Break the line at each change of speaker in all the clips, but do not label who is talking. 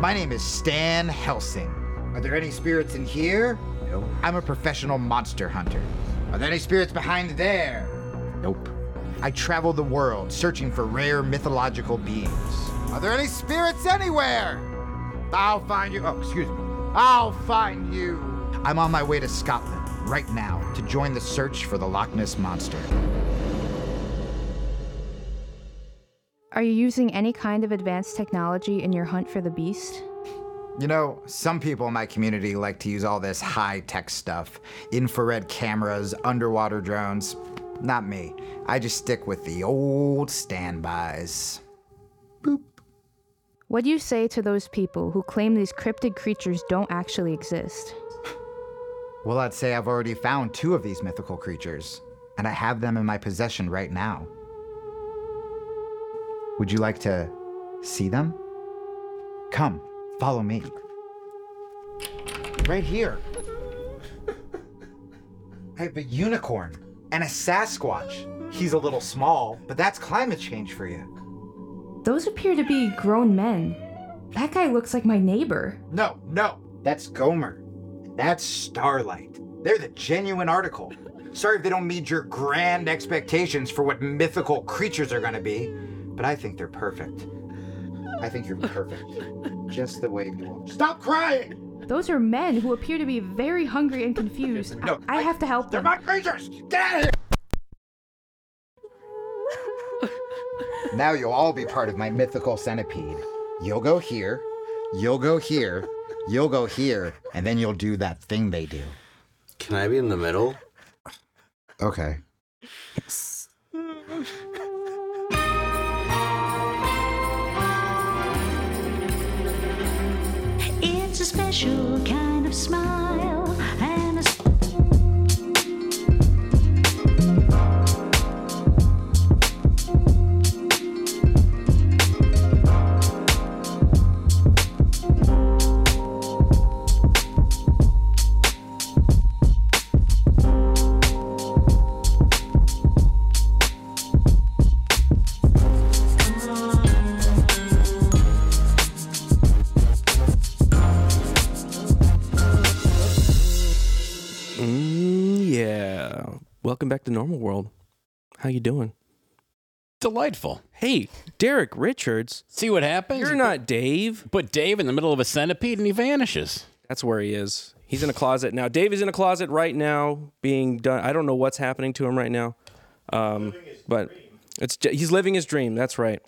My name is Stan Helsing. Are there any spirits in here? Nope. I'm a professional monster hunter. Are there any spirits behind there? Nope. I travel the world searching for rare mythological beings. Are there any spirits anywhere? I'll find you. Oh, excuse me. I'll find you. I'm on my way to Scotland right now to join the search for the Loch Ness Monster.
Are you using any kind of advanced technology in your hunt for the beast?
You know, some people in my community like to use all this high tech stuff infrared cameras, underwater drones. Not me. I just stick with the old standbys.
What do you say to those people who claim these cryptid creatures don't actually exist?
Well, I'd say I've already found two of these mythical creatures, and I have them in my possession right now. Would you like to see them? Come, follow me. Right here. I have a unicorn and a Sasquatch. He's a little small, but that's climate change for you.
Those appear to be grown men. That guy looks like my neighbor.
No, no, that's Gomer. That's Starlight. They're the genuine article. Sorry if they don't meet your grand expectations for what mythical creatures are going to be, but I think they're perfect. I think you're perfect. Just the way you are. Stop crying!
Those are men who appear to be very hungry and confused.
No,
I, I
I-
have to help
They're
them.
not creatures! Get out of here! now you'll all be part of my mythical centipede. You'll go here, you'll go here, you'll go here, and then you'll do that thing they do.
Can I be in the middle?
Okay.
It's a special kind of smile and a s-
Mm, yeah. Welcome back to Normal World. How you doing?
Delightful.
Hey, Derek Richards.
See what happens?
You're not Dave.
Put Dave in the middle of a centipede and he vanishes.
That's where he is. He's in a closet now. Dave is in a closet right now, being done. I don't know what's happening to him right now, um, but it's j- he's living his dream. That's right.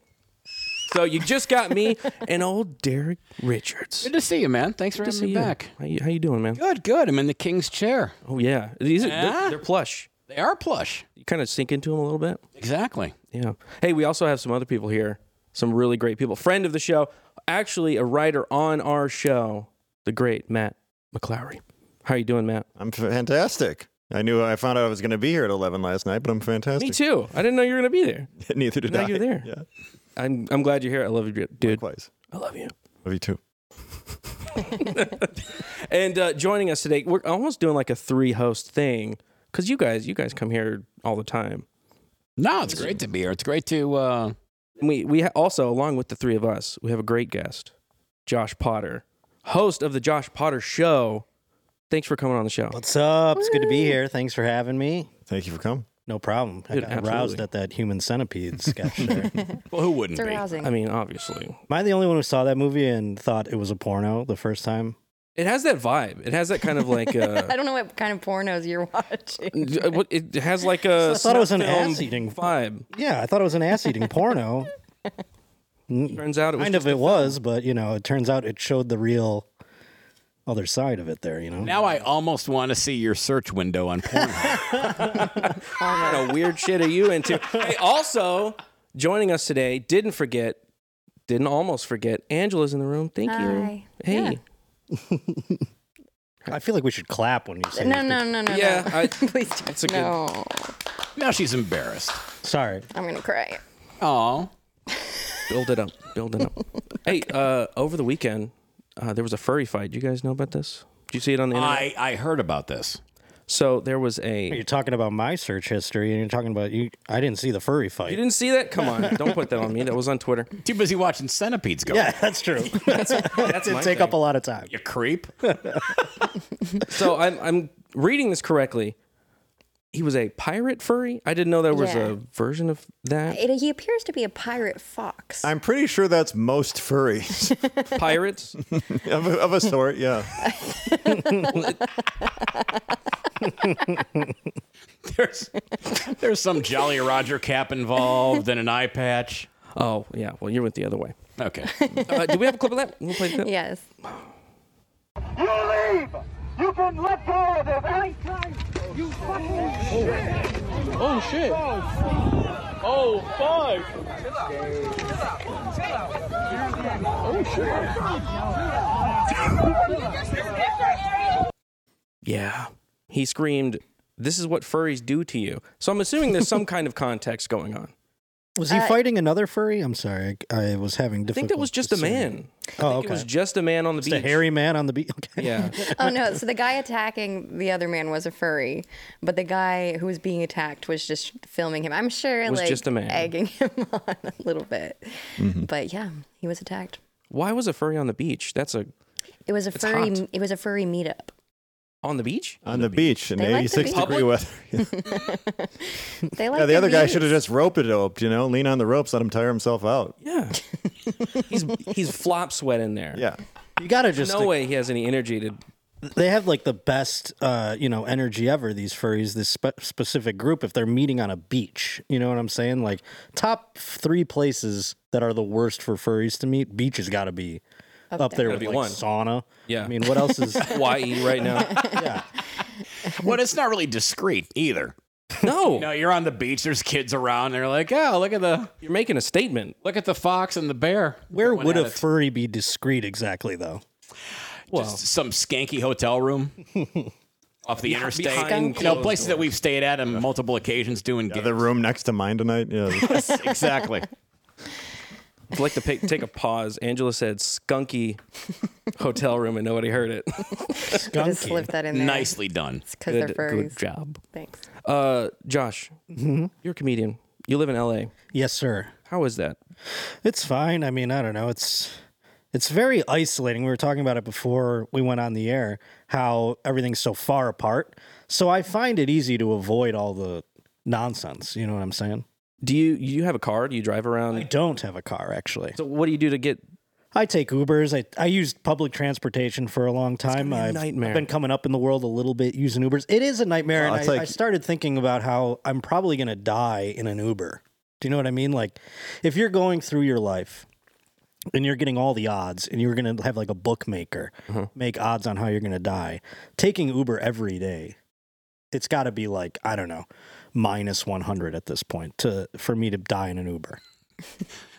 So you just got me and old Derek Richards.
Good to see you, man. Thanks for having me
you.
back.
How you, how you doing, man?
Good, good. I'm in the king's chair.
Oh yeah, these are, they're,
Yeah?
they're plush.
They are plush.
You kind of sink into them a little bit.
Exactly.
Yeah. Hey, we also have some other people here. Some really great people. Friend of the show, actually a writer on our show, the great Matt McClowry. How you doing, Matt?
I'm fantastic. I knew I found out I was going to be here at 11 last night, but I'm fantastic.
Me too. I didn't know you were gonna be there.
Neither did
Now
I.
you're there.
Yeah.
I'm I'm glad you're here. I love you, dude.
Likewise.
I love you.
Love you too.
And uh, joining us today, we're almost doing like a three host thing because you guys you guys come here all the time.
No, it's great to be here. It's great to. Uh,
And we we ha- also along with the three of us, we have a great guest, Josh Potter, host of the Josh Potter Show. Thanks for coming on the show.
What's up? It's good to be here. Thanks for having me.
Thank you for coming.
No problem.
Dude,
I got roused
absolutely.
at that human centipede sketch there. Am
well, who wouldn't
It's
be?
arousing.
I mean, obviously,
I the only one who saw that movie and thought it was a porno the first time?
it has that vibe. It has that kind of like
I
uh,
don't know what kind of pornos you're watching.
d- what- it has like a
I thought it was an
snuff film
ass-eating-
vibe.
Yeah, I thought it was an ass eating porno.
Turns out it was
Kind of it was, but you know, it turns out it showed the real other side of it there, you know?
Now I almost want to see your search window on Pornhub.
kind of weird shit are you into? Hey, also joining us today, didn't forget, didn't almost forget, Angela's in the room. Thank you.
Hi.
Hey.
I feel like we should clap when you say
No,
these
no,
things.
no, no.
Yeah,
no.
I-
please don't.
that's a good-
no,
now she's embarrassed.
Sorry.
I'm gonna cry.
Oh,
Build it up. Build it up. hey, uh, over the weekend, uh, there was a furry fight. You guys know about this? Did you see it on the internet?
I I heard about this.
So there was a.
You're talking about my search history, and you're talking about you. I didn't see the furry
You
fight.
didn't see that? Come on. Don't put that on me. That was on Twitter.
Too busy watching centipedes go.
Yeah, that's true. That's, that did
my
take up a
thing.
lot of time.
You creep.
So I'm, I'm reading this correctly. He was a pirate furry? I didn't know there was
Yeah.
a version of that.
It, he appears to be a pirate fox.
I'm pretty sure that's most furries
Pirates?
of, a- of a sort. Yeah.
There's there's some Jolly Roger cap involved and an eye patch.
Oh, yeah. Well, you went the other way.
Okay.
Uh, do we have a clip of that? We'll play the clip.
yes.
You leave! You can let go of this anytime! You fucking
Oh shit. Oh fuck.
Yeah. He screamed, This is what furries do to you. So I'm assuming there's some kind of context going on.
Was he
Uh,
fighting another furry? I'm sorry, I, I was having
I
difficulty.
think that was just a man.
Oh,
I think
okay.
It was just a man on the
Just a
beach.
hairy man on the beach. Okay.
Yeah.
Oh no! So the guy attacking the other man was a furry, but the guy who was being attacked was just filming him. I'm sure,
Was
like
just a man. Mm-hmm.
egging him on a little bit. But yeah, he was attacked.
Why was a furry on the beach? That's a
It was a
It's
furry.
hot.
It was a furry meetup.
on the beach?
On the beach in
They like the
86
beach.
degree weather. yeah,
They like
the
their
other guy
views.
should have just roped it up, you know, lean on the ropes, let him tire himself out.
Yeah. he's he's flop sweat in there.
Yeah.
You gotta just.
No way he has any energy to
They have like the best, uh, you know, energy ever. These furries, this spe- specific group, if they're meeting on a beach, you know what I'm saying? Like top three places that are the worst for furries to meet. Beach has got to be up, there, with
be
like,
one.
sauna.
Yeah.
I mean, what else is?
Hawaii right now.
Well, it's not really discreet either.
No.
You know, you're on the beach. There's kids around. They're like, oh, look at the
You're making a statement.
look at the fox and the bear.
Where
Going
would
at
a
it.
furry be discreet exactly though?
Well,
Just some skanky hotel room off the interstate.
behind
you know,
closed
places that we've stayed at on multiple occasions doing
The
gigs.
room next to mine tonight. Yeah.
exactly.
I'd like to pick, take a pause. Angela said skunky hotel room and nobody heard it.
I just slipped that in there.
Nicely done.
because they're furries.
good job.
Thanks.
Uh, Josh, you're a comedian. You live in LA.
Yes, sir.
How is that?
It's fine. I mean, I don't know. It's it's very isolating. We were talking about it before we went on the air how everything's so far apart. So I find it easy to avoid all the nonsense, you know what I'm saying?
Do you you have a car? Do you drive
I
around?
don't have a car actually.
So what do you do to get?
I take Ubers. I, I used public transportation for a long time.
be a
I've,
nightmare.
I've been coming up in the world a little bit using Ubers. It is a nightmare.
Well,
and I,
it's like-
I started thinking about how I'm probably going to die in an Uber. Do you know what I mean? Like, if you're going through your life and you're getting all the odds and you're going to have like a bookmaker
Mm-hmm.
make odds on how you're going to die, taking Uber every day, it's got to be like, I don't know, minus 100 at this point to for me to die in an Uber.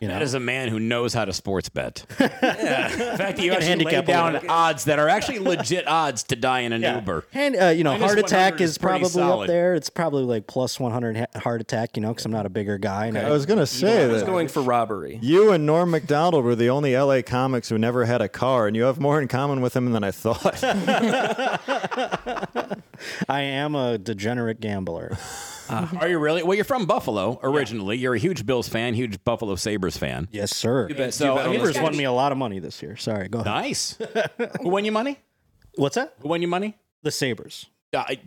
You know?
That is a man who knows how to sports bet. The fact that you actually lay
handicap a
down
little
odds that are actually legit odds to die in an
Yeah.
Uber.
And uh, you know,
Minus
heart
100
attack
is
is
pretty
probably up
solid.
there. It's probably like plus 100 ha- heart attack, you know, because I'm not a bigger guy. And
I was going to say
I was
that.
going for robbery.
you and Norm MacDonald were the only LA comics who never had a car, and you have more in common with him than I thought.
I am a degenerate gambler. Uh-huh.
Are you really? Well, you're from Buffalo originally. You're a huge Bills fan, huge Buffalo Sabres fan.
yes, sir.
bet-
So,
you bet
I
on
mean,
those
Ubers won me a lot of money this year. Sorry, go ahead.
Nice. Who won you money?
What's that?
Who won you money?
The Sabers.
Uh, I,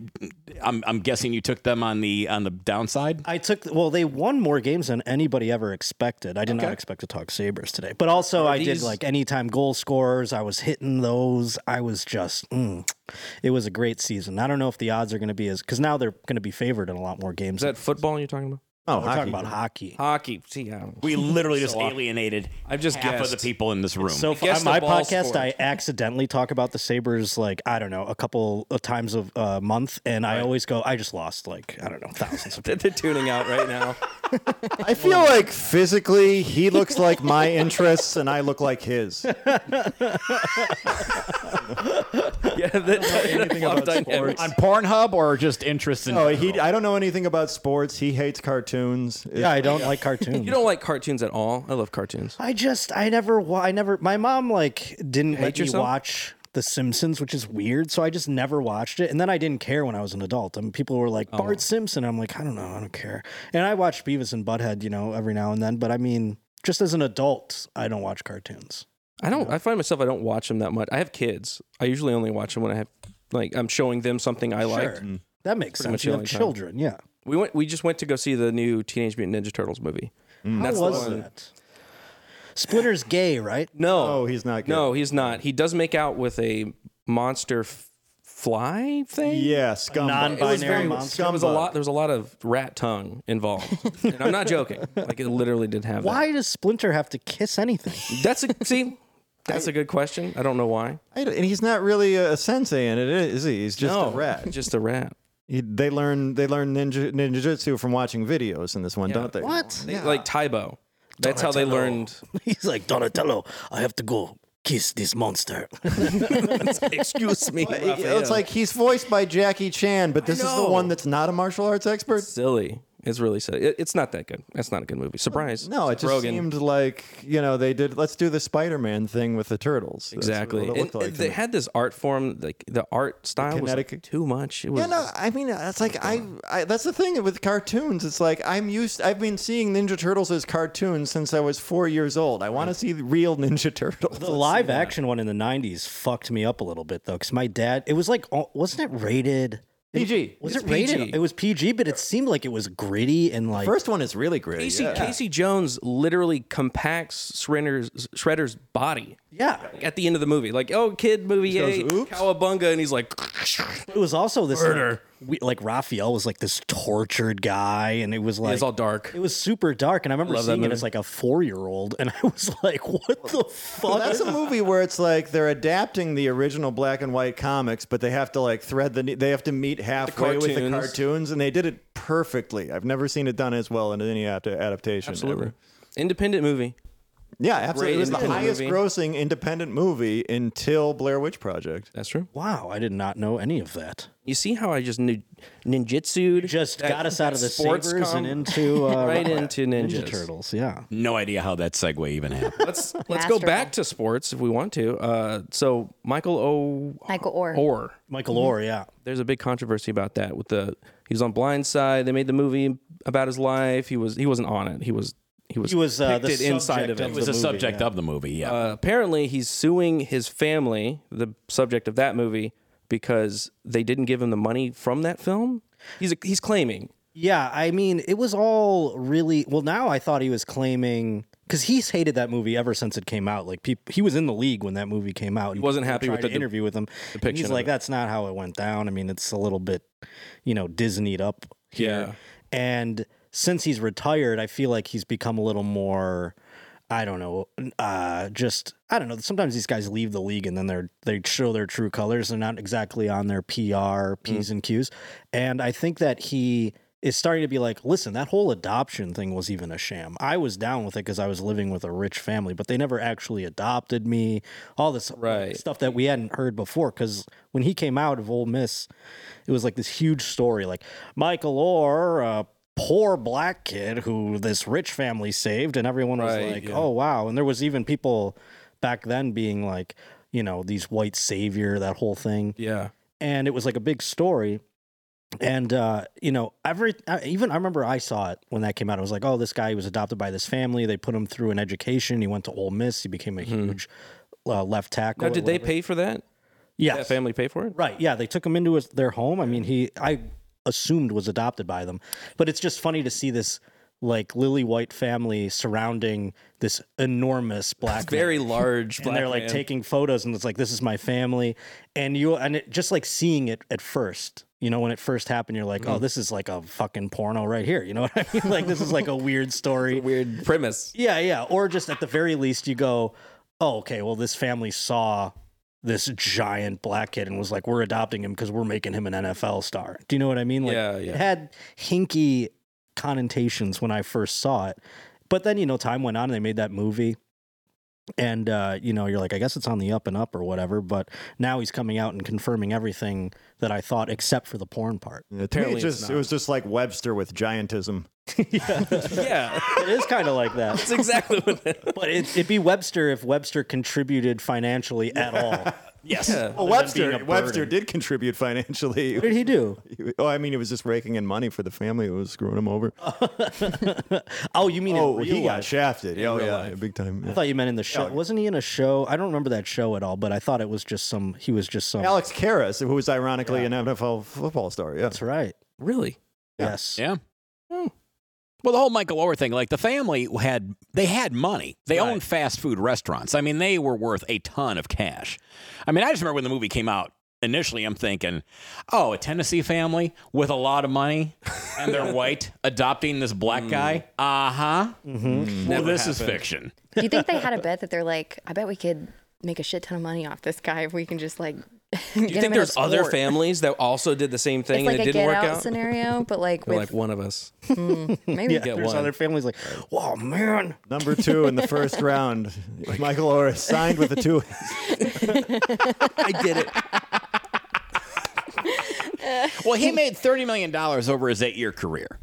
I'm, I'm guessing you took them on the on the downside.
I took well. They won more games than anybody ever expected. I did not
Okay.
expect to talk Sabers today, but also I did
these-
like anytime goal scorers. I was hitting those. I was just. Mm, it was a great season. I don't know if the odds are going to be as because now they're going to be favored in a lot more games.
Is that football you're talking about?
oh,
We're
hockey.
talking about hockey.
Hockey. See, I don't know.
We literally just alienated
I've just
half
guessed.
of the people in this room.
So for,
guess
on
the
my
ball
podcast,
scored.
I accidentally talk about the Sabers like I don't know a couple of times a uh, month, and I always go, I just lost like I don't know thousands of.
They're, they're tuning out right now.
I feel like physically he looks like my interests and I look like his.
yeah, that,
anything about sports.
on Pornhub or just interest in?
No, Oh, he. I don't know anything about sports. He hates cartoons.
Yeah, I don't like cartoons.
You don't like cartoons at all. I love cartoons.
I just I never wa- I never my mom like didn't let me
yourself?
watch The Simpsons, which is weird. So I just never watched it. And then I didn't care when I was an adult. And people were like,
Oh.
Bart Simpson. I'm like, I don't know. I don't care. And I watched Beavis and Butthead, you know, every now and then. But I mean, just as an adult, I don't watch cartoons.
I don't. I find myself I don't watch them that much. I have kids. I usually only watch them when I have like I'm showing them something I like.
Sure. That makes
Pretty
sense.
much
You
the
have
only time.
children. Yeah.
We went. We just went to go see the new Teenage Mutant Ninja Turtles movie.
How
Hmm. That's the
was
one-
that? Splinter's gay, right?
No.
Oh, he's not. Good.
No, he's not. He does make out with a monster f- fly thing.
Yeah, scumbag.
It was very- There was a
Scumbag.
lot. There was a lot of rat tongue involved, and I'm not joking. Like it literally did have.
Why does Splinter have to kiss anything?
That. That's a see. That's a good question. I don't know why.
I don't- and he's not really a, a sensei in it, is he? He's just
No,
a rat.
Just a rat.
He, they learn they learn ninja ninjutsu from watching videos in this one, don't they?
What?
They- Like Tybo. That's how they learned.
He's like Donatello. I have to go kiss this monster.
Excuse me.
It- It's like he's voiced by Jackie Chan, but this is the
know.
one that's not a martial arts expert.
silly. It's really silly. It- it's not that good. That's not a good movie. Surprise.
No, it just
Rogan.
seemed like you know they did. Let's do the Spider-Man thing with the turtles. That's
exactly.
what it looked
And-
like
and
to
they
me.
had this art form, like the art style was like,
kinetic-
too much. It was
Yeah, no, I mean that's like I, I. That's the thing with cartoons. It's like I'm used. I've been seeing Ninja Turtles as cartoons since I was four years old. I want to see the real Ninja Turtles.
The live action one in the '90s fucked me up a little bit though, because my dad. It was like, oh, wasn't it rated?
PG.
Was
It's
it rated?
PG.
It was PG, but it seemed like it was gritty and like.
First one is really great.
Casey,
yeah.
Casey Jones literally compacts Shredder's, Shredder's body
yeah,
at the end of the movie. Like, oh, kid movie,
goes,
yay,
"Oops."
cowabunga, and he's like,
it was also this
Murder.
Like, we, like Raphael was like this tortured guy, and it was like
it's all dark.
It was super dark, and I remember
Love that
seeing it
movie.
as like a four-year-old, and I was like, "What the
Well,
fuck?"
that's a movie where it's like they're adapting the original black and white comics, but they have to like thread the ne- they have to meet halfway with the
cartoons.
cartoons, and they did it perfectly. I've never seen it done as well in any ad- adaptation.
Absolutely.
ever.
Independent movie.
Yeah, absolutely.
Great
it was the
independent
highest
movie.
grossing independent movie until Blair Witch Project.
That's true.
wow, I did not know any of that.
You see how I just knew ninjutsu'd?
Just
That-
got us out of the
that sports
sabers
com-
and into uh,
right into ninjas.
Ninja Turtles. Yeah,
No idea how that segue even happened.
Let's let's go back to sports if we want to. Uh, so Michael O.
Michael Orr.
Orr.
Michael Orr. Yeah,
There's a big controversy about that with the he was on Blindside. They made the movie about his life. He was he wasn't on it. He was he was
he was uh, the
depicted inside
subject
of it.
It was
the
the
movie,
subject
yeah.
of the movie, yeah.
Uh, apparently, he's suing his family, the subject of that movie, because they didn't give him the money from that film. He's he's claiming
Yeah, I mean, it was all really well. Now I thought he was claiming because he's hated that movie ever since it came out. Like people, he was in the league when that movie came out. He
wasn't happy with the de-
interview with him. and
depiction
He's
of
like,
it.
that's not how it went down. I mean, it's a little bit, you know, Disneyed up here.
Yeah.
And since he's retired, I feel like he's become a little more. I don't know. Uh, just I don't know. Sometimes these guys leave the league and then they're they show their true colors. They're not exactly on their PR
Mm.
P's and Q's. And I think that he is starting to be like, listen, that whole adoption thing was even a sham. I was down with it because I was living with a rich family, but they never actually adopted me. All this
Right.
stuff that we hadn't heard before. Because when he came out of Ole Miss, it was like this huge story, like Michael Orr, a poor black kid who this rich family saved, and everyone was
Right,
like,
yeah.
"Oh wow!" And there was even people back then being like, you know, these white savior, that whole thing,
yeah.
and it was like a big story. And uh, you know, every I- even I remember I saw it when that came out. I was like, "Oh, this guy was adopted by this family. They put him through an education. He went to Ole Miss. He became a huge." Uh, left tackle.
Hmm. Now, did they pay for that?
Yeah,
That family pay for it?
Right. Yeah, they took him into his, their home. I mean, he I assumed was adopted by them, but it's just funny to see this like lily white family surrounding this enormous black man.
Very large.
and
black
they're like
man.
taking photos and it's like this is my family and you and it, just like seeing it at first you know when it first happened you're like oh
Mm-hmm.
this is like a fucking porno right here you know what i mean like this is like a weird story
weird premise.
yeah, yeah. Or just at the very least, you go, oh, okay, well, this family saw this giant black kid and was like, we're adopting him because we're making him an NFL star. Do you know what I mean? Like,
Yeah,
It
yeah.
had hinky connotations when I first saw it. But then, you know, time went on and they made that movie. And, uh, you know, you're like, I guess it's on the up and up or whatever. But now he's coming out and confirming everything that I thought, except for the porn part.
Apparently,
it's
just, it was just like Webster with giantism.
Yeah,
It is kind of like that.
that's exactly what.
But it, it'd be Webster if Webster contributed financially at all.
Yes.
Yeah.
Well, Webster Webster did contribute financially. What
did he do?
Oh, I mean, it was just raking in money for the family who was screwing him over.
oh, you mean in
oh,
real
he got
life.
shafted.
In
oh
real
yeah,
life.
big time.
I thought you meant in the show.
Yeah.
Wasn't he in a show? I don't remember that show at all, but I thought it was just some. He was just some.
Alex Karras, who was ironically an NFL football star. Yeah, that's
right.
Really?
Yes.
Yeah. Hmm. Well, the whole Michael Oher thing, like the family had, they had money. They owned fast food restaurants. I mean, they were worth a ton of cash. I mean, I just remember when the movie came out. Initially, I'm thinking, oh, a Tennessee family with a lot of money and they're white adopting this black guy. Uh huh.
Hmm.
Mm-hmm.
Well,
Never
this is
happened.
fiction.
Do you think they had a bet that they're like, I bet we could make a shit ton of money off this guy if we can just like.
Do you think there's other families that also did the same thing
it's like
and it
a
didn't
get
work
out,
out?
scenario, but like
They're like
with
"Hmm, one of us.
mm, maybe
Yeah,
Get
there's
one.
other families like, wow, man.
Number two in the first round, Michael Orr signed with the two.
I did it.
Well, he made $30 million over his eight year career.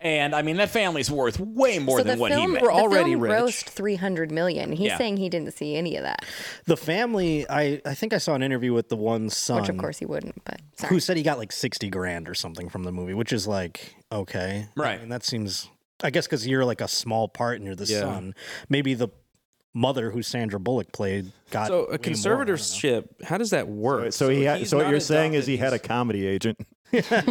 And I mean, that family's worth way more
so
than
the
what he
film,
made.
the film grossed 300 million. He's
Yeah.
saying he didn't see any of that,
The family, I, I think I saw an interview with the one son.
which of course he wouldn't, but
Who said he got like 60 grand or something from the movie, which is like, okay. Right. And that seems, I guess, because you're like a small part and you're the
Yeah.
son. Maybe the mother who Sandra Bullock played got.
So
way more.
a conservatorship, how does that work?
So he had,
he's
so what
not
you're saying is
adopted,
he had a comedy agent.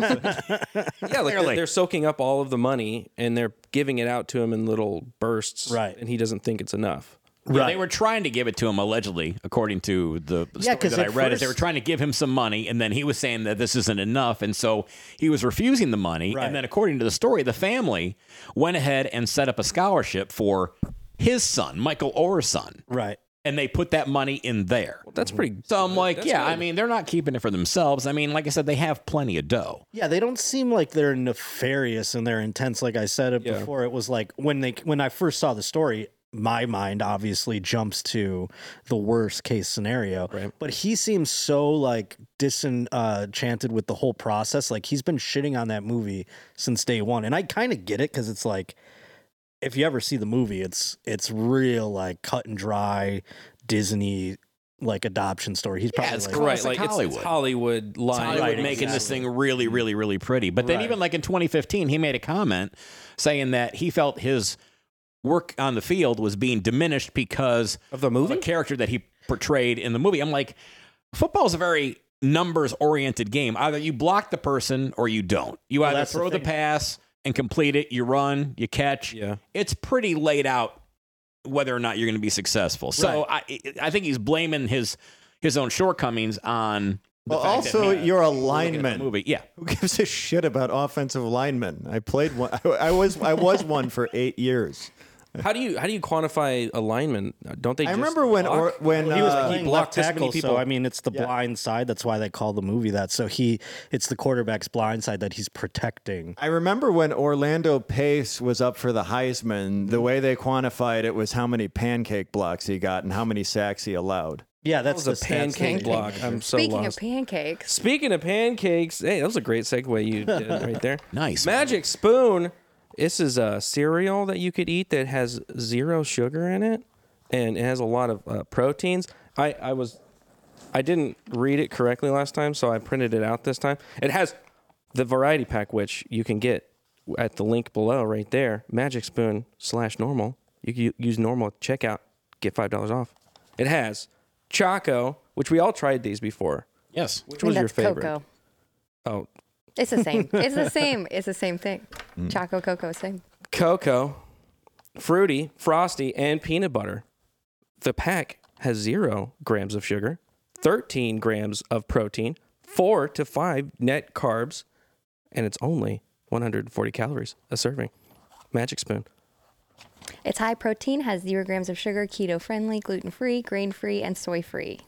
yeah, like they're,
Clearly.
they're soaking up all of the money and they're giving it out to him in little bursts,
Right.
And he doesn't think it's enough.
Yeah, they were trying to give it to him allegedly, according to the
Yeah,
story
'cause
that I
at
read. is they were
first-
trying to give him some money, and then he was saying that this isn't enough, and so he was refusing the money.
Right.
And then, according to the story, the family went ahead and set up a scholarship for his son, Michael Orr's son,
Right.
and they put that money in there.
That's pretty.
So I'm like,
That's
yeah,
good.
I mean, they're not keeping it for themselves. I mean, like I said, they have plenty of dough.
Yeah, they don't seem like they're nefarious in their intents. Like I said it before, it was like when they when I first saw the story, my mind obviously jumps to the worst case scenario. Right. But he seems so like disenchanted with the whole process. Like he's been shitting on that movie since day one, and I kind of get it because it's like if you ever see the movie, it's it's real like cut and dry Disney like adoption story. He's probably
it's
like,
Right, like, it's-
Hollywood.
it's
Hollywood line.
Hollywood making this thing really, really, really pretty. But then
Right.
even like in 2015, he made a comment saying that he felt his work on the field was being diminished because
of the movie,
a character that he portrayed in the movie. I'm like, football is a very numbers oriented game. Either you block the person or you don't. You
Well,
either
that's the
throw the,
thing.
pass and complete it. You run, you catch.
Yeah.
It's pretty laid out whether or not you're going to be successful. So I, I think he's blaming his his own shortcomings on. The
Well,
fact that
also
he-
your
looking at the
alignment.
movie. Yeah.
Who gives a shit about offensive linemen? I played one. I, I was I was one for eight years.
How do you how do you quantify alignment? Don't they?
I
just
remember when
block?
or, when
he was
uh,
playing
blocked
left
this many
tackle, so
people.
I mean, it's the
Yeah.
blind side. That's why they call the movie that. So he, it's the quarterback's blind side that he's protecting.
I remember when Orlando Pace was up for the Heisman. The way they quantified it was how many pancake blocks he got and how many sacks he allowed.
Yeah,
That
that's
was a
the stats
pancake
that they
block.
measure.
I'm so
speaking
lost.
of pancakes,
Speaking of pancakes, hey, that was a great segue you did right there.
Nice.
Magic Spoon. This is a cereal that you could eat that has zero sugar in it, and it has a lot of uh, proteins. I I was, I didn't read it correctly last time, so I printed it out this time. It has the variety pack, which you can get at the link below right there. Magic Spoon slash normal. You can u- use normal at checkout, get five dollars off. It has Choco, which we all tried these before.
Yes.
Which
I mean,
was your
that's
favorite?
Cocoa.
Oh,
It's the same. It's the same. It's the same thing. Choco Coco, same.
cocoa, fruity, frosty, and peanut butter. The pack has zero grams of sugar, 13 grams of protein, four to five net carbs, and it's only 140 calories a serving. Magic spoon.
It's high protein, has zero grams of sugar, keto friendly, gluten free, grain free, and soy free.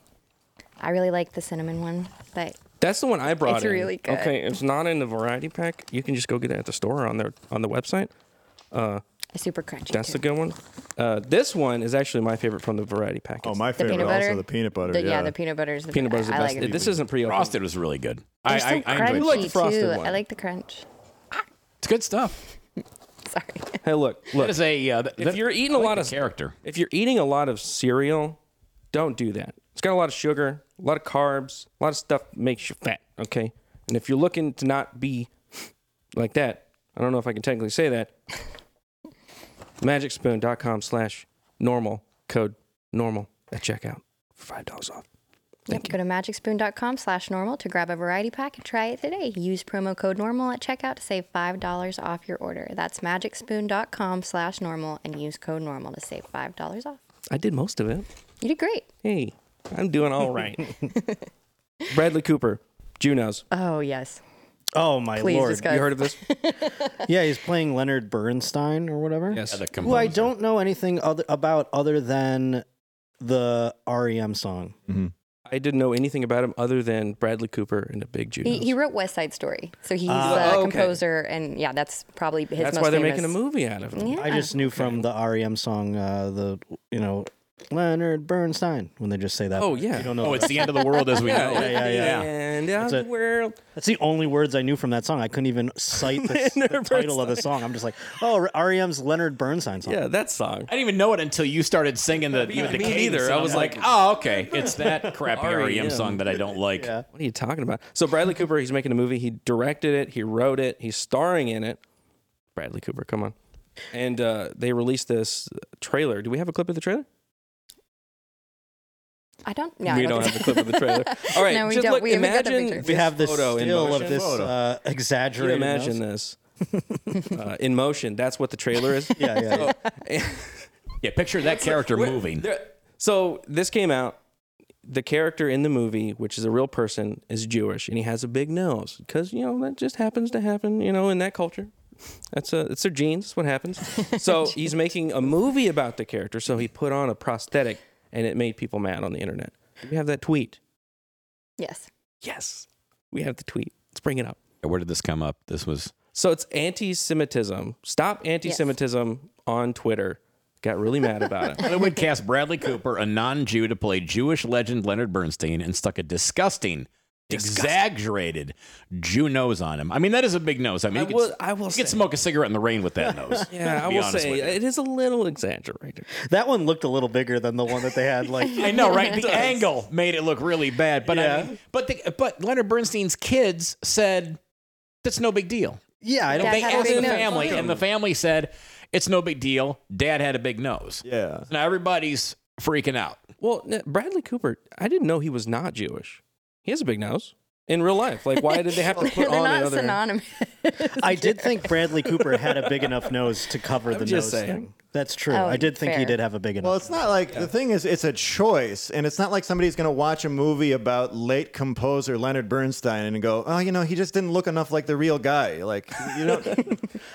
I really like the cinnamon one, but
That's the one I brought.
It's
in.
really good.
Okay, it's not in the variety pack. You can just go get it at the store or on their on the website. Uh,
it's super crunchy.
that's
too.
the good one. Uh, this one is actually my favorite from the variety pack.
Oh, my
The
favorite
peanut butter.
also the peanut butter.
The-
yeah.
the peanut butter is the
Peanut butter's the
I
best.
Like it.
this isn't pre-opened.
Frosted was really good.
They're so
I, I, I
crunchy
enjoyed
like the frosted
too.
one.
I like the crunch.
It's good stuff.
Sorry.
Hey, look, look.
That is a, uh, th-
if
that-
you're eating a
I like
lot
the
of
character.
if you're eating a lot of cereal, don't do that. It's got a lot of sugar. a lot of carbs, a lot of stuff makes you fat, okay? And if you're looking to not be like that, I don't know if I can technically say that, magicspoon.com slash normal, code normal at checkout for $5 off.
Yep, go to magicspoon.com slash normal to grab a variety pack and try it today. Use promo code normal at checkout to save $5 off your order. That's magicspoon.com slash normal and use code normal to save $5 off.
I did most of it.
You did great.
Hey, I'm doing all right. Bradley Cooper, Junos.
Oh, yes.
Oh my
Please
lord!
discuss.
You heard of this? yeah, he's playing Leonard Bernstein or whatever.
Yes,
who I don't know anything other, about other than the REM song.
I didn't know anything about him other than Bradley Cooper and a big Juno.
He, he wrote West Side Story. So he's
Ah,
a
okay.
composer, and yeah, that's probably his
That's
most
why they're
famous-
making a movie out of him.
Yeah.
I just knew from the REM song, uh, the you know Leonard Bernstein when they just say that.
Oh, yeah.
you don't know.
Oh,
that.
it's the end of the world as we know it.
Yeah, yeah, yeah.
End
That's
of
it.
the world.
That's the only words I knew from that song. I couldn't even cite the, the
Leonard
title of the
Bernstein.
song. I'm just like, oh, REM's Leonard Bernstein song.
Yeah, that song.
I didn't even know it until you started singing the
Me-
even the
me
cadence,
neither.
and
I
I'm
was like,
oh, okay, E it's that crappy REM
R.E.M.
song that I don't like.
What are you talking about? So Bradley Cooper, he's making a movie. He directed it. He wrote it. He's starring in it. Bradley Cooper, come on. And uh, they released this trailer. Do we have a clip of the trailer?
I don't, yeah, I
we don't
think
have a
so.
clip of the trailer. All right,
No, we
just
don't.
look.
We haven't got the
imagine
picture.
We have this
photo in
still of
motion.
this uh,
Can you
exaggerated.
imagine
mouse.
this uh, in motion. That's what the trailer is.
Yeah, yeah.
So-
Yeah, picture that character
Wait,
moving.
there- So this came out. The character in the movie, which is a real person, is Jewish, and he has a big nose because you know that just happens to happen. You know, in that culture, that's a it's their genes. That's what happens. So he's making a movie about the character. So he put on a prosthetic, and it made people mad on the internet. Do we have that tweet?
Yes.
Yes, we have the tweet. Let's bring it up.
Where did this come up? This was
So it's anti-Semitism. Stop anti-Semitism on Twitter. Got really mad about it.
Hollywood cast Bradley Cooper, a non-Jew, to play Jewish legend Leonard Bernstein, and stuck a disgusting, exaggerated Jew nose on him. I mean, that is a big nose. I mean,
I
you could,
will- I will
you could
say-
smoke a cigarette in the rain with that nose.
Yeah, I
be
will
honest
say
with you.
it is a little exaggerated.
That one looked a little bigger than the one that they had. Like,
I know, right? The angle made it look really bad, but I mean, but the, but Leonard Bernstein's kids said that's no big deal.
yeah, I don't.
Dad
they
had a
asked
big
the
nose.
family, and the family said it's no big deal. Dad had a big nose.
Yeah.
Now everybody's freaking out.
Well, n- Bradley Cooper, I didn't know he was not Jewish. He has a big nose in real life. Like, why did they have to put
They're
on
not
another?
synonymous.
I did think Bradley Cooper had a big enough nose to cover the
just
nose
saying.
thing. That's true.
Oh,
I did think he
fair.
did have a big enough.
Well, it's not like the thing is, it's a choice, and it's not like somebody's going to watch a movie about late composer Leonard Bernstein and go, oh, you know, he just didn't look enough like the real guy. Like, you know,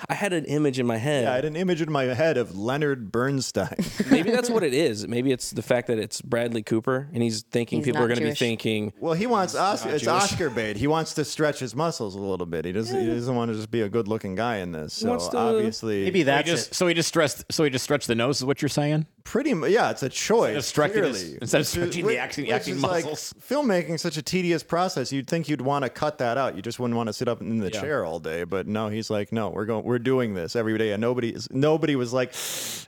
I had an image in my head.
I had an image in my head of Leonard Bernstein.
Maybe that's what it is. Maybe it's the fact that it's Bradley Cooper and he's thinking
He's
people are
not
going to be
Jewish.
thinking,
Well, he wants Oscar. It's
Jewish.
Oscar bait. He wants to stretch his muscles a little bit. He doesn't. He doesn't want to just be a good-looking guy in this. So
wants to-
obviously,
So
Maybe
he
that's
just
it.
so he just stressed so he just stretched the nose is what you're saying?
pretty. mu- Yeah, it's a choice.
of stretching his-
clearly.
instead of
Which is-
stretching the
which-
acting-
which
acting
is like
muscles.
filmmaking such a tedious process. You'd think you'd want to cut that out. You just wouldn't want to sit up in the chair all day. But no, he's like, no, we're going. We're doing this every day. And nobody, is- nobody was like,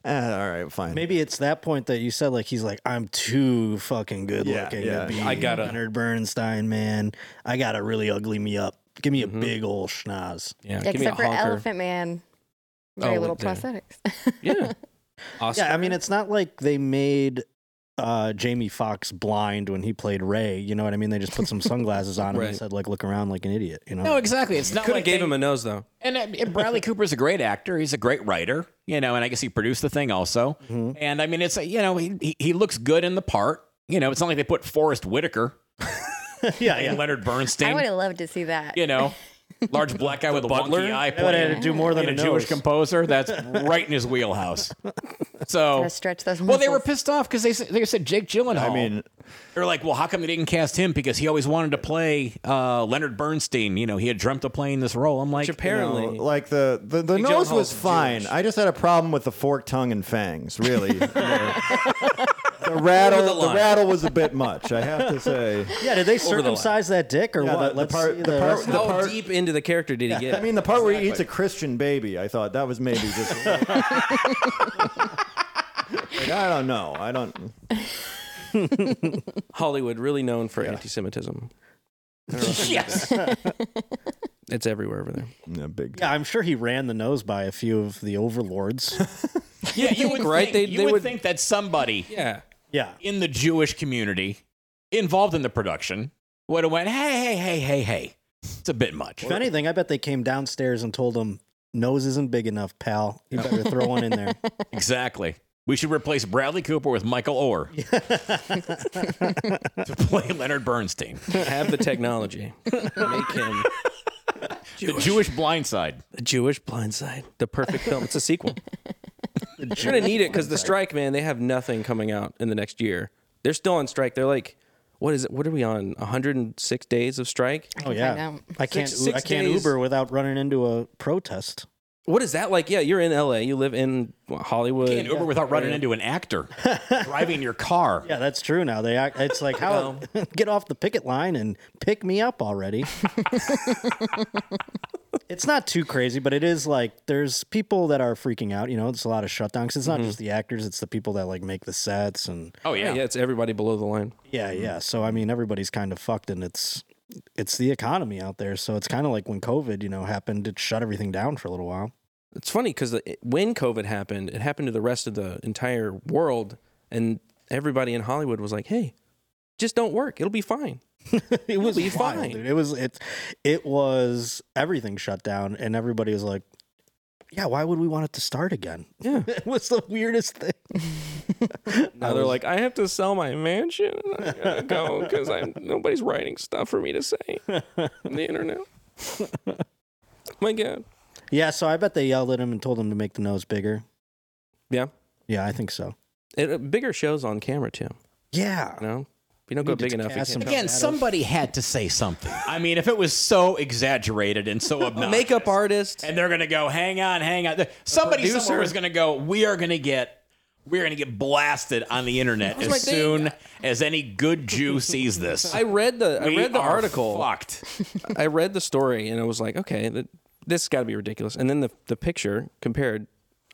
"Ah, all right, fine.
Maybe it's that point that you said, like he's like, I'm too fucking good looking
Yeah, yeah.
to be
I gotta-
Leonard Bernstein, man. I gotta really ugly me up. Give me
Mm-hmm.
a big old schnoz.
yeah, give me a
Except for
honker.
Elephant Man. Very
Oh,
little
with the-
prosthetics.
Yeah. Oscar.
Yeah, I mean, it's not like they made uh, Jamie Foxx blind when he played Ray. You know what I mean? They just put some sunglasses on him
Right.
and said, like, look around like an idiot. You know?
No, exactly. It's not
could have
like
gave
they-
him a nose though.
And, uh, and Bradley Cooper's a great actor. He's a great writer, you know, and I guess he produced the thing also.
Mm-hmm.
And I mean, it's, uh, you know, he, he, he looks good in the part. You know, it's not like they put Forrest Whitaker
yeah,
and
yeah.
Leonard
I would
Bernstein,
have loved to see that.
you know, large black guy with a
butler?
wonky eye
That would have
playing
to do more than
a
a
Jewish
nose.
composer. That's right in his wheelhouse. So,
Gotta stretch those
well, they were
muscles.
pissed off because they, said- they said Jake Gyllenhaal.
I mean,
They're like, well, how come they didn't cast him? Because he always wanted to play uh, Leonard Bernstein. You know, he had dreamt of playing this role. I'm like,
Which apparently,
No, like the the, the
Jake
nose was
Gyllenhaal's
fine.
Jewish.
I just had a problem with the fork tongue and fangs. Really, the, the rattle
the
the,
line.
rattle was a bit much. I have to say.
Yeah, did they
the line.
circumcise that dick or
Yeah,
what?
the- the part-
see
the part-
rest
the
of-
how
part-
deep into the character did he get?
I mean, the part where he eats a Christian baby, I thought that was maybe just. Like, I don't know. I don't.
Hollywood really known for anti-Semitism. I don't know if you knew
Yes.
that. it's everywhere over there.
Yeah, big.
Yeah, I'm sure he ran the nose by a few of the overlords.
Yeah, you would
right?
Think,
They-
you
they
would,
would-
think that somebody
Yeah,
yeah.
in the Jewish community involved in the production would have went, hey, hey, hey, hey, hey. It's a bit much.
If anything, I bet they came downstairs and told him, nose isn't big enough, pal. You better throw one in there.
Exactly. We should replace Bradley Cooper with Michael Orr to play Leonard Bernstein,
have the technology. Make him
the Jewish blindside.
the Jewish Blindside, the perfect film. It's a sequel. You're gonna need it because the strike, man. They have nothing coming out in the next year. They're still on strike. They're like, what is it? What are we on? 106 days of strike.
I
Oh
can find
yeah,
out.
I can't.
Six- six
I can't
days.
Uber without running into a protest.
What is that like? Yeah, you're in LA. You live in what, Hollywood.
Can't Uber without running into an actor driving your car.
Yeah, that's true. Now they act. It's like how get off the picket line and pick me up already. it's not too crazy, but it is like there's people that are freaking out. You know, it's a lot of shutdowns. It's not just the actors; it's the people that like make the sets and
Oh,
Yeah,
yeah.
yeah. It's everybody below the line.
yeah, yeah. So I mean, everybody's kind of fucked, and it's it's the economy out there. So it's kind of like when COVID, you know, happened, it shut everything down for a little while.
It's funny because when COVID happened, it happened to the rest of the entire world, and everybody in Hollywood was like, "Hey, just don't work. It'll be fine."
it was
be
wild,
fine.
dude. It was it it was everything shut down and everybody was like, Yeah, why would we want it to start again?
Yeah.
it was the weirdest thing.
Now they're like, "I have to sell my mansion. I gotta go because I'm nobody's writing stuff for me to say on the internet." Oh my God.
Yeah, so I bet they yelled at him and told him to make the nose bigger.
Yeah.
Yeah, I think so.
It, uh, bigger shows on camera too.
Yeah.
You know, if you don't go
need to
big enough. You
cast
can't
some-
tell.
Again, somebody had to say something. I mean, if it was so exaggerated and so obnoxious.
Makeup artist.
and they're gonna go, hang on, hang on. Somebody somewhere
producer.
is gonna go, we are gonna get we're gonna get blasted on the internet as
my thing.
soon as any good Jew sees this.
I read the I
We
read the
are
article.
Fucked.
I read the story and I was like, okay, th this has got to be ridiculous. And then the, the picture compared,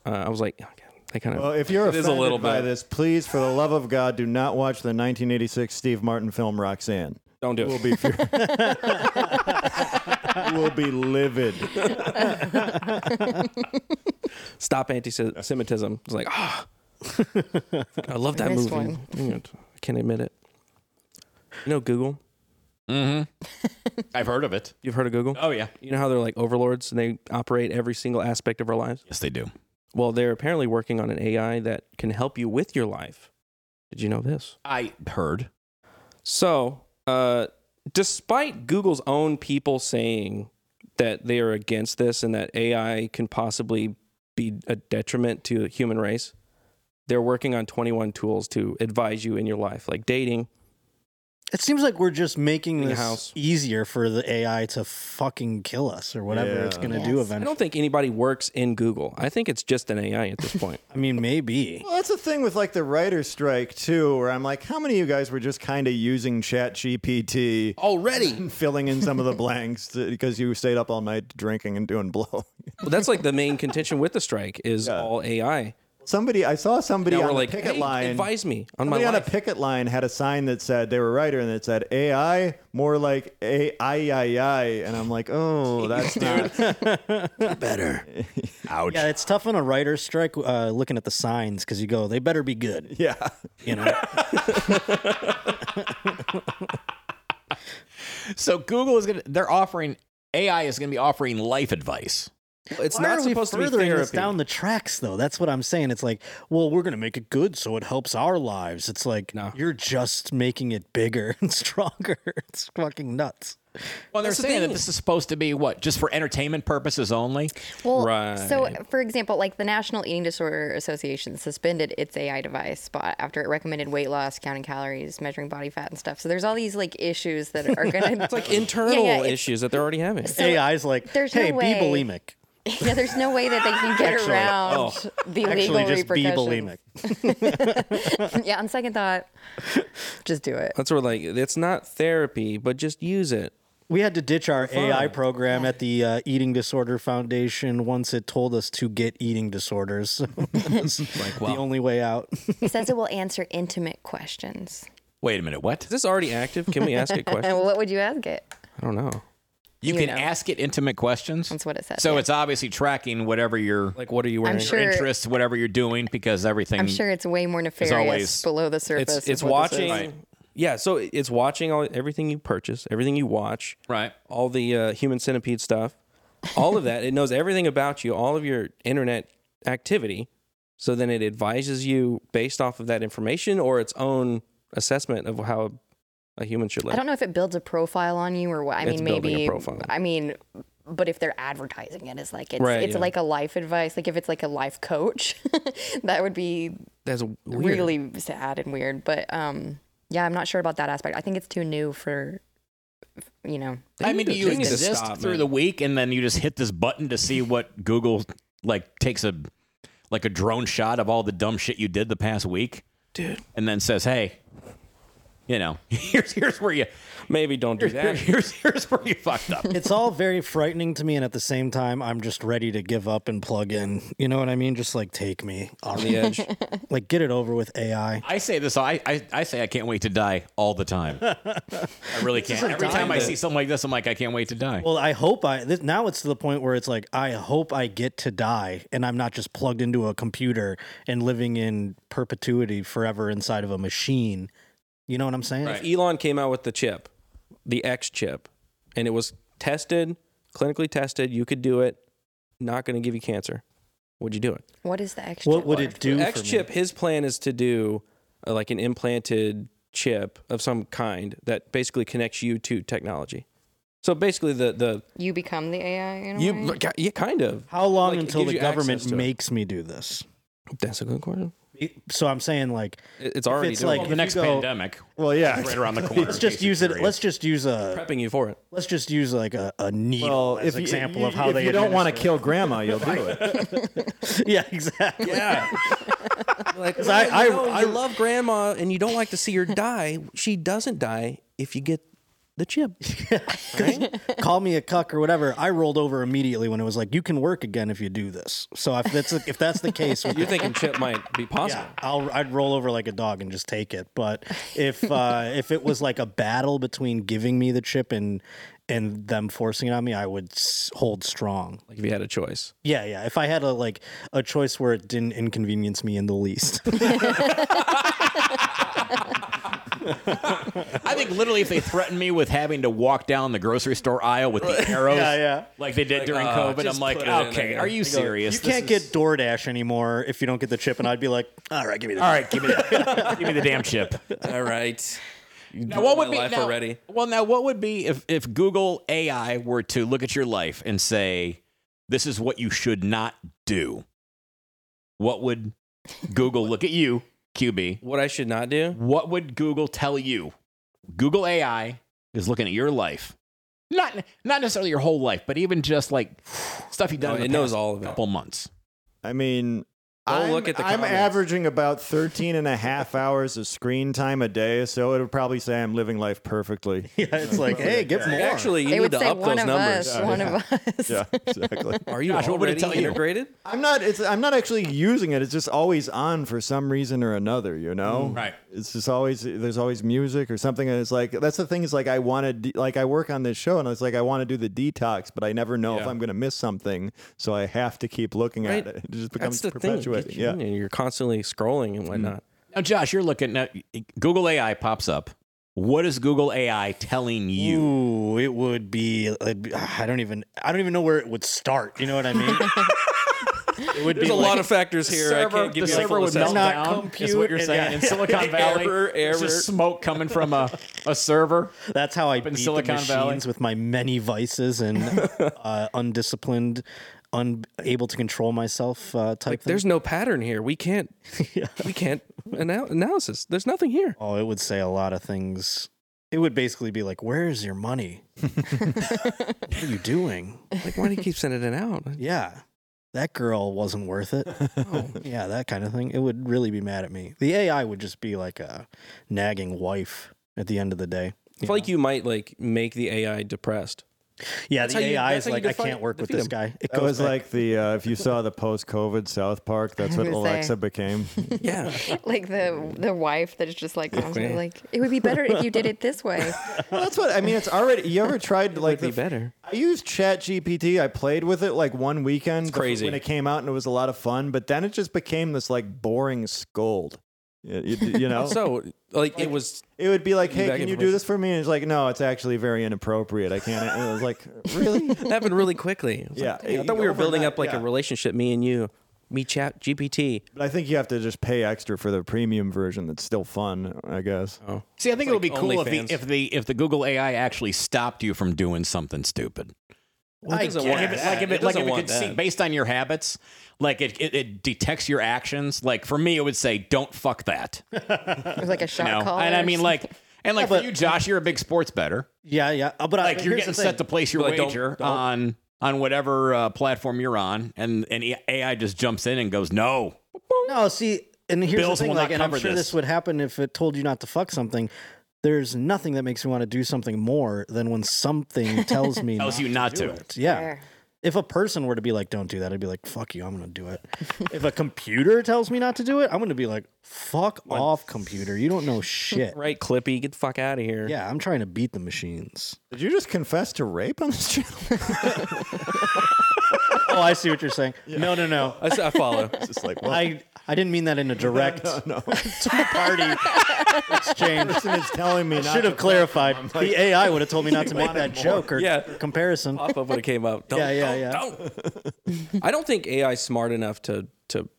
uh, I was like, oh, God, they kind of.
Well, if you're
It is
offended
a little
by
bit.
this, please, for the love of God, do not watch the 1986 Steve Martin film Roxanne.
Don't do it.
We'll be fur- we'll be livid.
Stop anti-Semitism. It's like, ah, I love that
missed
movie.
one.
Dang it. I can't admit it. You know Google.
Mm-hmm. I've heard of it.
You've heard of Google.
Oh yeah.
You know how they're like overlords and they operate every single aspect of our lives.
Yes, they do.
Well, they're apparently working on an AI that can help you with your life. Did you know this?
I heard.
So, uh, despite Google's own people saying that they are against this and that AI can possibly be a detriment to the human race, they're working on 21 tools to advise you in your life, like dating.
It seems like we're just making
In the
this
house.
easier for the AI to fucking kill us or whatever it's
Yeah.
gonna do
I
Yes.
eventually.
don't think anybody works in Google. I think it's just an AI at this point.
I mean maybe.
Well, that's the thing with like the writer's strike too, where I'm like, how many of you guys were just kind of using Chat GPT
Already.
and filling in some of the blanks to- because you stayed up all night drinking and doing blow?
well, that's like the main contention with the strike is all AI.
Somebody, I saw somebody
Now
on
we're
the
like,
picket
hey,
line.
advise me on my
Somebody on
life.
a picket line had a sign that said they were a writer and it said AI, more like A I I I, and I'm like, oh, that's not.
Better. Ouch.
Yeah, it's tough on a writer's strike uh, looking at the signs because you go, they better be good.
Yeah,
You know,
So Google is gonna they're offering AI is gonna be offering life advice.
it's
Why
not
are we
supposed to be
furthering this
therapy.
down the tracks, though. That's what I'm saying. It's like, well, we're gonna make it good, so it helps our lives. It's like
No.
you're just making it bigger and stronger. It's fucking nuts.
Well, they're
That's the
saying that
thing.
this is supposed to be what, just for entertainment purposes only?
Well, so
Right.
for example, like the National Eating Disorder Association suspended its AI device spot after it recommended weight loss, counting calories, measuring body fat, and stuff. So there's all these like issues that are gonna. it's like
internal
yeah, it's-
issues that they're already having.
So
AI's like,
there's no
hey,
way-
be bulimic.
yeah, there's no way that they can get
Actually,
around
oh.
the legal
Actually, just be
repercussions.
bulimic.
yeah, on second thought, just do it.
That's where like it's not therapy, but just use it.
We had to ditch our
Fine.
AI program at the uh, Eating Disorder Foundation once it told us to get eating disorders. So it was the only way out.
It says it will answer intimate questions.
Wait a minute. What? Is
this already active? Can we ask it questions?
what would you ask it?
I don't know.
You, can ask it intimate questions. That's
what it says.
So
yeah.
it's obviously tracking whatever your
like. What are you
I'm wearing? sure-
Your interests, whatever you're doing, because everything.
I'm sure it's way more nefarious
always-
below the
It's-
surface.
It's,
of
it's
what this is.
watching. Yeah, so it's watching all everything you purchase, everything you watch,
right?
All the uh, human centipede stuff, all of that. It knows everything about you, all of your internet activity. So then it advises you based off of that information or its own assessment of how a human should live.
I don't know if it builds a profile on you or what. I
It's
mean,
building a
maybe.
profile.
I mean, but if they're advertising it as like it's
Right,
it's
yeah.
like a life advice, like if it's like a life coach, that would be
That's weird.
really sad and weird. But um, yeah, I'm not sure about that aspect. I think it's too new for, you know.
I mean, do you exist through the week and then you just hit this button to see what Google like takes a like a drone shot of all the dumb shit you did the past week,
Dude.
and then says, "Hey, you know, here's here's where you
maybe don't
do that.
Here's here's where you fucked up."
it's all very frightening to me, and at the same time, I'm just ready to give up and plug in. You know what I mean? Just like take me off
the edge.
like get it over with AI.
I say this. I, I I say I can't wait to die all the time. I really can't.
like
Every
dying
time I
to-
see something like this, I'm like, I can't wait to die.
Well, I hope I this, now it's to the point where it's like I hope I get to die, and I'm not just plugged into a computer and living in perpetuity forever inside of a machine. You know what I'm saying?
If Elon came out with the chip, the X chip, and it was tested, clinically tested, you could do it, not going to give you cancer. Would you do it?
What is the extra? for?
X chip, his plan is to do uh, like an implanted chip of some kind that basically connects you to technology. So basically, the the
You become the AI. In a
you
way?
yeah, kind of.
How long
Like, it
until
gives
the
you access
government
to it.
makes me do this?
That's a good question.
So I'm saying like
It- it's
if
already doing it.
if
The next
you
pandemic Well, yeah. is right around the corner,
Let's
in
just
case you're
use it.
curious.
Let's just use a
prepping you for it.
Let's just use like a, a needle
Well, if
as
you-
example
you-
of how
if
they.
you don't wanna
administer
kill
it.
grandma, you'll do
yeah, exactly.
Yeah. like,
'Cause
well,
I-
you
I-
know,
I-
you love grandma, and you don't like to see her die. She doesn't die if you get the chip.
Call me a cuck or whatever. I rolled over immediately when it was like, you can work again if you do this. So if that's if that's the case, with
You're
the-
thinking chip might be possible.
Yeah, I'll I'd roll over like a dog and just take it. But if uh, if it was like a battle between giving me the chip and and them forcing it on me, I would s- hold strong.
Like if you had a choice.
Yeah, yeah. If I had a like a choice where it didn't inconvenience me in the least.
I think literally if they threatened me with having to walk down the grocery store aisle with the arrows,
Yeah, yeah.
like they did during
uh,
COVID, I'm
just
like,
put it in
okay,
there.
are you
They go,
serious? This
You can't get DoorDash anymore if you don't get the chip, and I'd be like, all right, give me the.
All right, give me the, give me the damn chip.
All right.
Now, what would
My
be
life
now-
already.
Well, now what would be if if Google AI were to look at your life and say, "This is what you should not do." What would Google look at you, QB?
What I should not do?
What would Google tell you? Google AI is looking at your life. Not not necessarily your whole life, but even just like stuff you've done.
No,
in the
it knows
past
all of it.
Couple months.
I mean,
Go
I'm,
look at the
I'm
comments.
averaging about 13 and a half hours of screen time a day, so it would probably say I'm living life perfectly.
Yeah, it's like, hey, give more.
Actually, you
It
need
would
to
say
up
one
those
of
numbers.
us, one of us.
Yeah, exactly.
Are you
Gosh, what would it
already
tell you?
integrated?
I'm not. It's. I'm not actually using it. It's just always on for some reason or another. You know.
Mm, right.
It's just always. There's always music or something, and it's like that's the thing. Is like I want to. De- like I work on this show, and it's like I want to do the detox, but I never know if
Yeah.
I'm going to miss something, so I have to keep looking
Right.
at it. It just becomes
That's the thing.
perpetuating.
You-
Yeah.
You're constantly scrolling and whatnot.
Now, Josh, you're looking at Google AI pops up. What is Google AI telling you?
Ooh, it would be. it'd be- I don't even. I don't even know where it would start. You know what I mean? it would
There's a lot of factors here. I can't give you a full assessment.
compute and- yeah. Yeah.
Error, error. smoke coming from a, a server.
That's how I
in
beat the
Silicon
machines
Valley.
with my many vices and uh, undisciplined, unable to control myself uh, type.
Like,
thing.
there's no pattern here. We can't. We can't anal- analysis. There's nothing here.
Oh, it would say a lot of things. It would basically be like, "Where is your money? what are you doing?"
Like, why do you keep sending it out?
Yeah, that girl wasn't worth it. Oh, Yeah, that kind of thing. It would really be mad at me. The AI would just be like a nagging wife at the end of the day.
I feel like you might like make the AI depressed.
Yeah,
That's
the
how you-
AI
that's
is
how you
like, I
define-
can't work with
defeat
this
him.
guy. It
It was
back.
like the uh, if you saw the post-COVID South Park, that's what
was gonna
Alexa
say.
became.
Yeah.
like the the wife that's just like constantly like it would be better if you did it this way.
Well, that's what I mean. It's already. You ever tried like
be
the,
better.
I used Chat GPT. I played with it like one weekend the-
crazy.
when it came out, and it was a lot of fun. But then it just became this like boring scold. You, you- you know,
So like it was
it would be like, "Hey,
Back
can you do
information.
this for me?" And it's like, "No, it's actually very inappropriate. I can't." And it was like, "Really?"
it happened really quickly. It was
Yeah,
like, dang, I
it-
thought we were building
overnight,
up like
yeah.
a relationship, me and you, me chat GPT.
But I think you have to just pay extra for the premium version. That's still fun, I guess.
Oh,
See, I think
It's
it would be
like
cool if
OnlyFans.
the, if the if the Google AI actually stopped you from doing something stupid.
it doesn't want
If it-
that.
like if it, like
doesn't
if it
want
could see
that.
based on your habits, like it, it it detects your actions. Like for me, it would say, "Don't fuck that." You
It was like a shot
know?
call.
And I
or
mean, like, and like
Yeah,
for
but-
you, Josh, you're a big sports better.
yeah, yeah. Uh, But I-
Like you're
here's the
getting set to
thing.
place your
Like, don't-
wager
don't.
on on whatever uh, platform you're on, and and AI just jumps in and goes, "No."
No, see, and here's
Bills
the
will
thing.
not
Like, and I'm
cover
sure
this.
this would happen if it told you not to fuck something. There's nothing that makes me want to do something more than when something tells me.
Tells you not to.
it. Yeah.
Fair.
If a person were to be like, "Don't do that," I'd be like, "Fuck you, I'm gonna do it." if a computer tells me not to do it, I'm gonna be like, "Fuck off, computer! You don't know shit."
Right, Clippy, get the fuck out of here.
Yeah, I'm trying to beat the machines.
Did you just confess to rape on this channel?
oh, I see what you're saying. No, no, no.
I, s- I follow.
It's just like, well,
I I didn't mean that in a direct
no.
party exchange.
person is telling me not
Should
to
have clarified.
like-
the AI would have told me not to make that joke or
Yeah.
comparison.
Pop up when it came out. Don't,
Yeah, yeah, yeah.
don't. I don't think AI is smart enough to to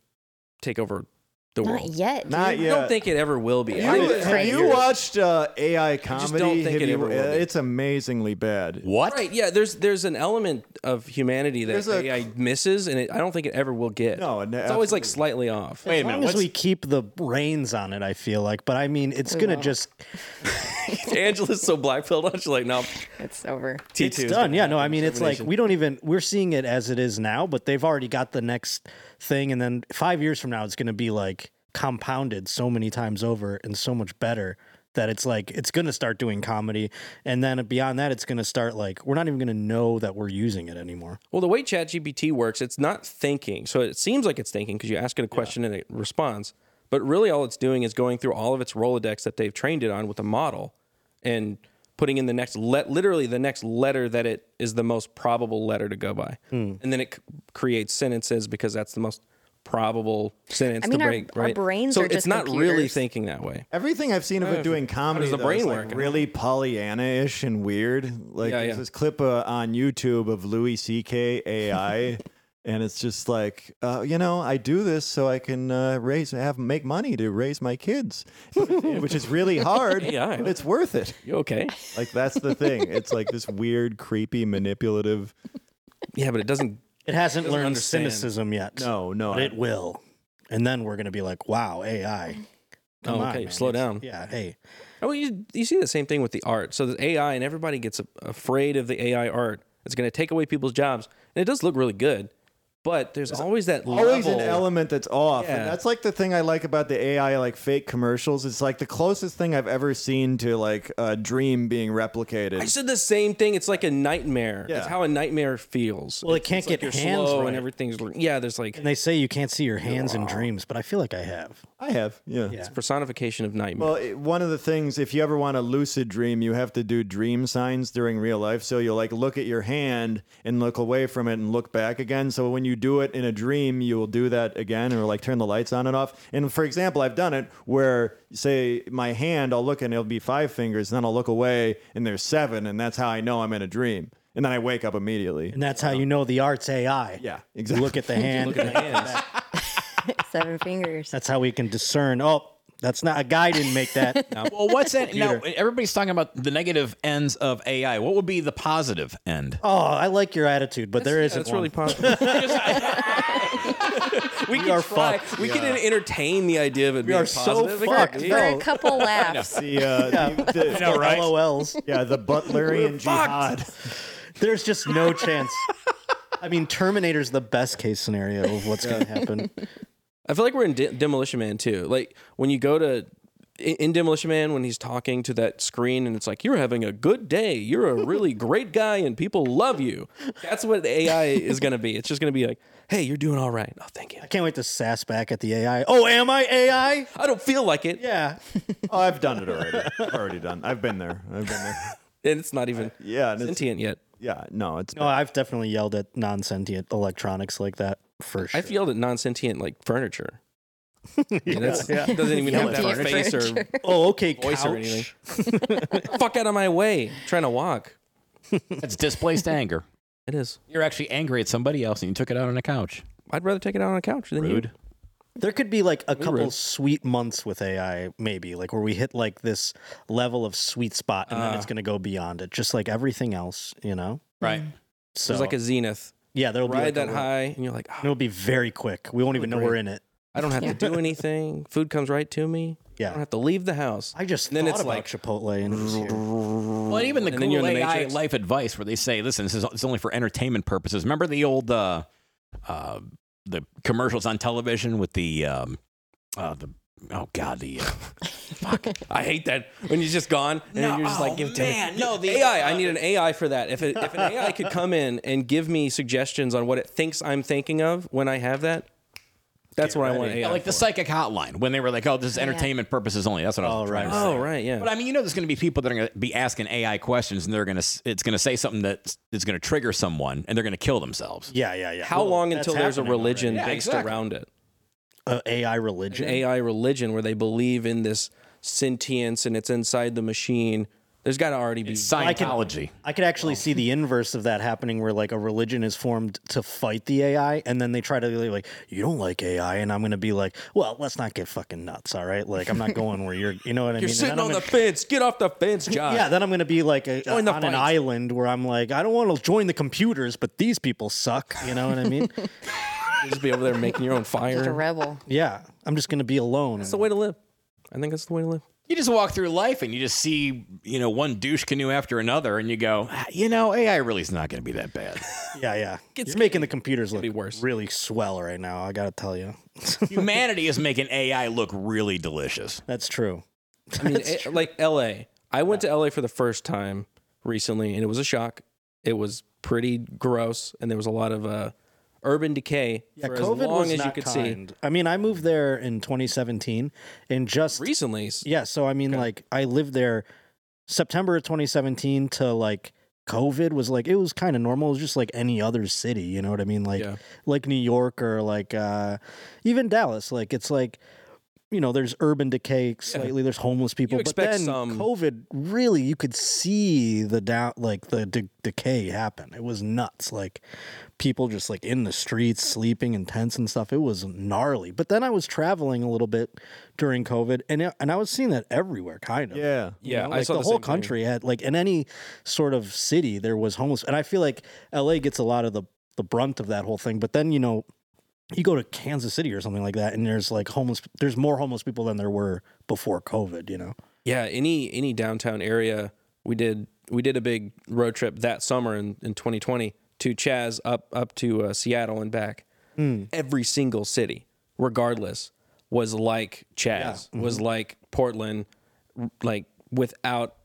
take over the
not
world.
yet.
Not
I
yet.
don't think it ever will be. I
You-
would-
have you watched uh, AI comedy?
just don't think
Have
it
you-
ever will be.
It's amazingly bad.
What?
Right, yeah. There's there's an element of humanity that
There's a-
AI misses, and it, I don't think it ever will get.
No, and
it's always like slightly off.
Wait a
As
minute.
long as
What's,
we keep the reins on it, I feel like. But I mean, it's gonna just
Angela's so black pilled on. She's like, no,
It's over.
T2.
it's done. Yeah, no, I mean, it's like we don't even we're seeing it as it is now, but they've already got the next thing, and then five years from now, it's gonna be like compounded so many times over and so much better that it's like it's gonna start doing comedy, and then beyond that, it's gonna start like we're not even gonna know that we're using it anymore.
Well, the way ChatGPT works, it's not thinking. So it seems like it's thinking because you ask it a question and it responds. But really, all it's doing is going through all of its Rolodex that they've trained it on with a model and putting in the next, le- literally the next letter that it is the most probable letter to go by.
Hmm.
And then it c- creates sentences because that's the most probable sentence
I mean,
to
our-
break.
our
right?
brains
so
are
it's
just
not really
computers.
thinking that way.
Everything I've seen of it doing comedy
does the
though, is,
brain
like,
work?
really Pollyanna-ish and weird. Like
Yeah,
there's
yeah.
this clip uh, on YouTube of Louis C.K. AI, and it's just like, uh, you know, I do this so I can uh, raise, have, make money to raise my kids, which is really hard,
AI.
but it's worth it.
You okay?
Like that's the thing. It's like this weird, creepy, manipulative.
Yeah, but it doesn't.
It hasn't
Doesn't
learned
understand.
cynicism yet.
No, no,
but
I-
it will. And then we're gonna be like, "Wow, AI." Come
Oh,
on,
okay,
man.
slow
It's-
down.
Yeah, hey.
Oh, you, you see the same thing with the art. So the AI and everybody gets a- afraid of the AI art. It's going to take away people's jobs, and it does look really good, but there's, always that
always
level.
an element that's off
Yeah.
and that's like the thing i like about the ai like fake commercials it's like the closest thing i've ever seen to like a dream being replicated
I said the same thing. It's like a nightmare.
Yeah.
It's how a nightmare feels.
Well, it can't
like
get
you're
hands
slow
right.
and everything's yeah. There's like
And they say you can't see your hands in dreams, but I feel like I have.
i have yeah,
Yeah.
personification of nightmare.
Well, it- one of the things, if you ever want a lucid dream, you have to do dream signs during real life. So you'll like look at your hand and look away from it and look back again. So when you do it in a dream, you will do that again or like turn the lights on and off. And for example, I've done it where, say, my hand, I'll look and it'll be five fingers, and then I'll look away and there's seven. And that's how I know I'm in a dream. And then I wake up immediately.
And that's how you know the art's AI.
Yeah,
You
exactly.
Look at the hand.
Seven fingers.
That's how we can discern. Oh, that's not a guy didn't make that.
well, what's that? Now everybody's talking about the negative ends of AI. What would be the positive end?
Oh, I like your attitude, but there isn't
That's
one.
really possible. we can
are
try.
fucked.
We can entertain the idea of it being
are so
positive. It could
fucked.
be.
For
No.
a couple laughs.
The, uh, the, the-
LOLs.
yeah, the Butlerian jihad.
There's just no chance. I mean, Terminator's the best case scenario of what's going to happen.
I feel like we're in De- Demolition Man too. Like when you go to in, in Demolition Man when he's talking to that screen and it's like you're having a good day, you're a really great guy, and people love you. That's what AI is going to be. It's just going to be like, hey, you're doing all right. Oh, thank you.
I can't wait to sass back at the AI. Oh, am I AI?
I don't feel like it.
Yeah.
Oh, I've done it already. already done. I've been there. I've been there.
And it's not even
Yeah, and it's-
sentient yet.
Yeah, no, it's
No, I've definitely yelled at non sentient electronics like that for sure.
I've yelled at non sentient like furniture. yeah, that's,
Yeah.
Doesn't even have
Yell at
to have a face or
oh, okay,
voice
couch.
or anything. Fuck out of my way. trying to walk.
That's displaced anger.
It is.
You're actually angry at somebody else and you took it out on a couch.
I'd rather take it out on a couch than you.
Rude.
There could be like a couple
rude.
sweet months with AI, maybe, like where we hit like this level of sweet spot and
Ah.
then it's going to go beyond it, just like everything else, you know?
Right.
So,
There's like a zenith.
yeah, there'll
Ride
be like
that
a-
high, and you're like, "Ah,
and It'll be very quick. We won't even know we're in it.
I don't have to do anything. Food comes right to me. I don't
Yeah.
have to leave the house.
I just
And then
thought
it's
about
like-
Chipotle and it was here.
Well, and even the
And then
Google
you're in the
AI
Matrix.
life advice where they say, listen, this is it's only for entertainment purposes. Remember the old uh, uh, the commercials on television with the um, uh, the oh god the uh,
I hate that when you're just gone and
No,
you're just
oh,
like, give it to
man,
me.
no, the- uh,
AI. I need an AI for that. If, it, if an AI could come in and give me suggestions on what it thinks I'm thinking of when I have that, that's what I want AI.
yeah, like the
for.
psychic hotline when they were like, oh, this is entertainment purposes only. That's what I
Oh,
was trying
right.
to say.
Oh right, yeah.
But I mean, you know, there's going to be people that are going to be asking AI questions, and they're going to it's going to say something that is going to trigger someone, and they're going to kill themselves.
Yeah, yeah, yeah.
How
Well,
long
that's
until there's a
happening already.
religion
Yeah,
based
exactly.
around it?
A AI
An
religion?
AI religion where they believe in this sentience and it's inside the machine. There's got to already be.
It's
I can-
Scientology.
I could actually see the inverse of that happening where like a religion is formed to fight the AI and then they try to be like, you don't like AI and I'm going to be like, well, let's not get fucking nuts, all right? Like I'm not going where you're, you know what I mean?
You're
And
sitting
then I'm
on the
gonna-
fence. Get off the fence, Josh.
yeah, then I'm going to be like a,
Join
on
the
an
fight.
island where I'm like, I don't want to join the computers, but these people suck, you know what I mean?
You'll just be over there making your own
Just a
fire.
rebel.
yeah, I'm just going to be alone.
That's the way to live. I think that's the way to live.
You just walk through life and you just see, you know, one douche canoe after another, and you go, "Ah, you know, AI really is not going to be that bad.
yeah, yeah.
It's-
You're making the computers look
be worse.
really swell right now, I got to tell you.
Humanity is making AI look really delicious.
That's true.
I mean, it- like LA. I went to LA for the first time recently, and it was a shock. It was pretty gross, and there was a lot of uh, urban decay
Yeah,
for
COVID
as long
was
as
not
you could
kind. I mean, I moved there in 2017 and just
see. Recently, s-
yeah, so I mean like I lived there September of 2017 to like COVID was like it was kind of normal. It was just like any other city, you know what I mean? Like
Yeah.
like New York or like uh even Dallas. Like it's like you know, there's urban decay slightly. There's homeless people, but
expect
then
some-
COVID really, you could see the down, like the de- decay happen. It was nuts. Like people just like in the streets, sleeping in tents and stuff. It was gnarly. But then I was traveling a little bit during COVID, and it, and I was seeing that everywhere, kind of.
yeah.
You
Yeah,
know,
I
like
saw
the,
the
whole
same thing.
country had like in any sort of city there was homeless, and I feel like L.A. gets a lot of the the brunt of that whole thing. But then you know, you go to Kansas City or something like that, and there's like homeless. There's more homeless people than there were before COVID. You know,
yeah. Any any downtown area, we did we did a big road trip that summer in, in 2020 to Chaz up up to uh, Seattle and back.
Mm.
Every single city, regardless, was like Chaz was
Mm-hmm.
like Portland, r- like without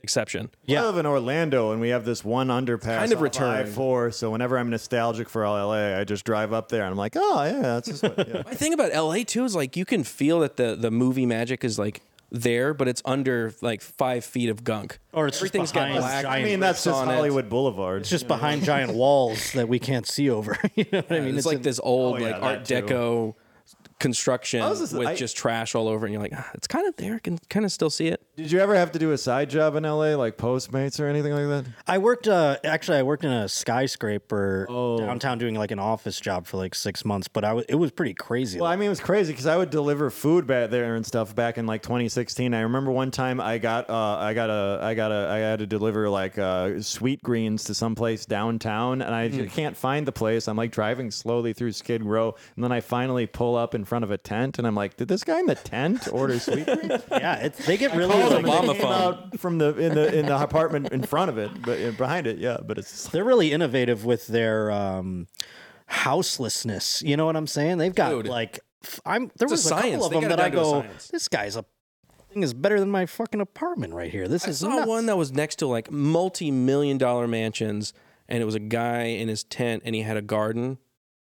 exception.
I live in Orlando, and we have this one underpass.
Kind of
I
returning.
four. So whenever I'm nostalgic for LA, I just drive up there, and I'm like, oh yeah, that's just what, yeah.
My thing about LA too is like you can feel that the the movie magic is like there, but it's under like five feet of gunk.
or it's
Everything's
just behind
got black.
I
giant.
mean that's
riffs
just
on it.
Hollywood Boulevard.
it's just behind giant walls that we can't see over. you know what I mean?
it's, like
a-
this old
Oh, yeah,
like Art
that too.
Deco construction
I was just-
with
I-
just trash all over, and you're like, ah, it's kind of there. I can kind of still see it.
Did you ever have to do a side job in LA, like Postmates or anything like that?
I worked uh, actually I worked in a skyscraper downtown doing like an office job for like six months, but I was it was pretty crazy.
Well, I mean, it was crazy because I would deliver food back there and stuff back in like 2016. I remember one time I got, uh, I got a, I got a, I had to deliver like uh, sweet greens to some place downtown, and I just can't find the place. I'm like driving slowly through Skid Row, and then I finally pull up in front of a tent, and I'm like, did this guy in the tent order sweet greens?
yeah, it's, they get really
called
like,
Obama
They came
phone.
out from the in the in the apartment in front of it, but uh, behind it, yeah. But it's just
they're really innovative with their um, houselessness. You know what I'm saying? They've got
Dude.
like f- I'm there
It's a
was a, couple
science.
of
They
them
got it
that I
down to a
go,
science.
this guy's a thing is better than my fucking apartment right here. This
I
is
saw
nuts.
one that was next to like multi-million dollar mansions, and it was a guy in his tent, and he had a garden,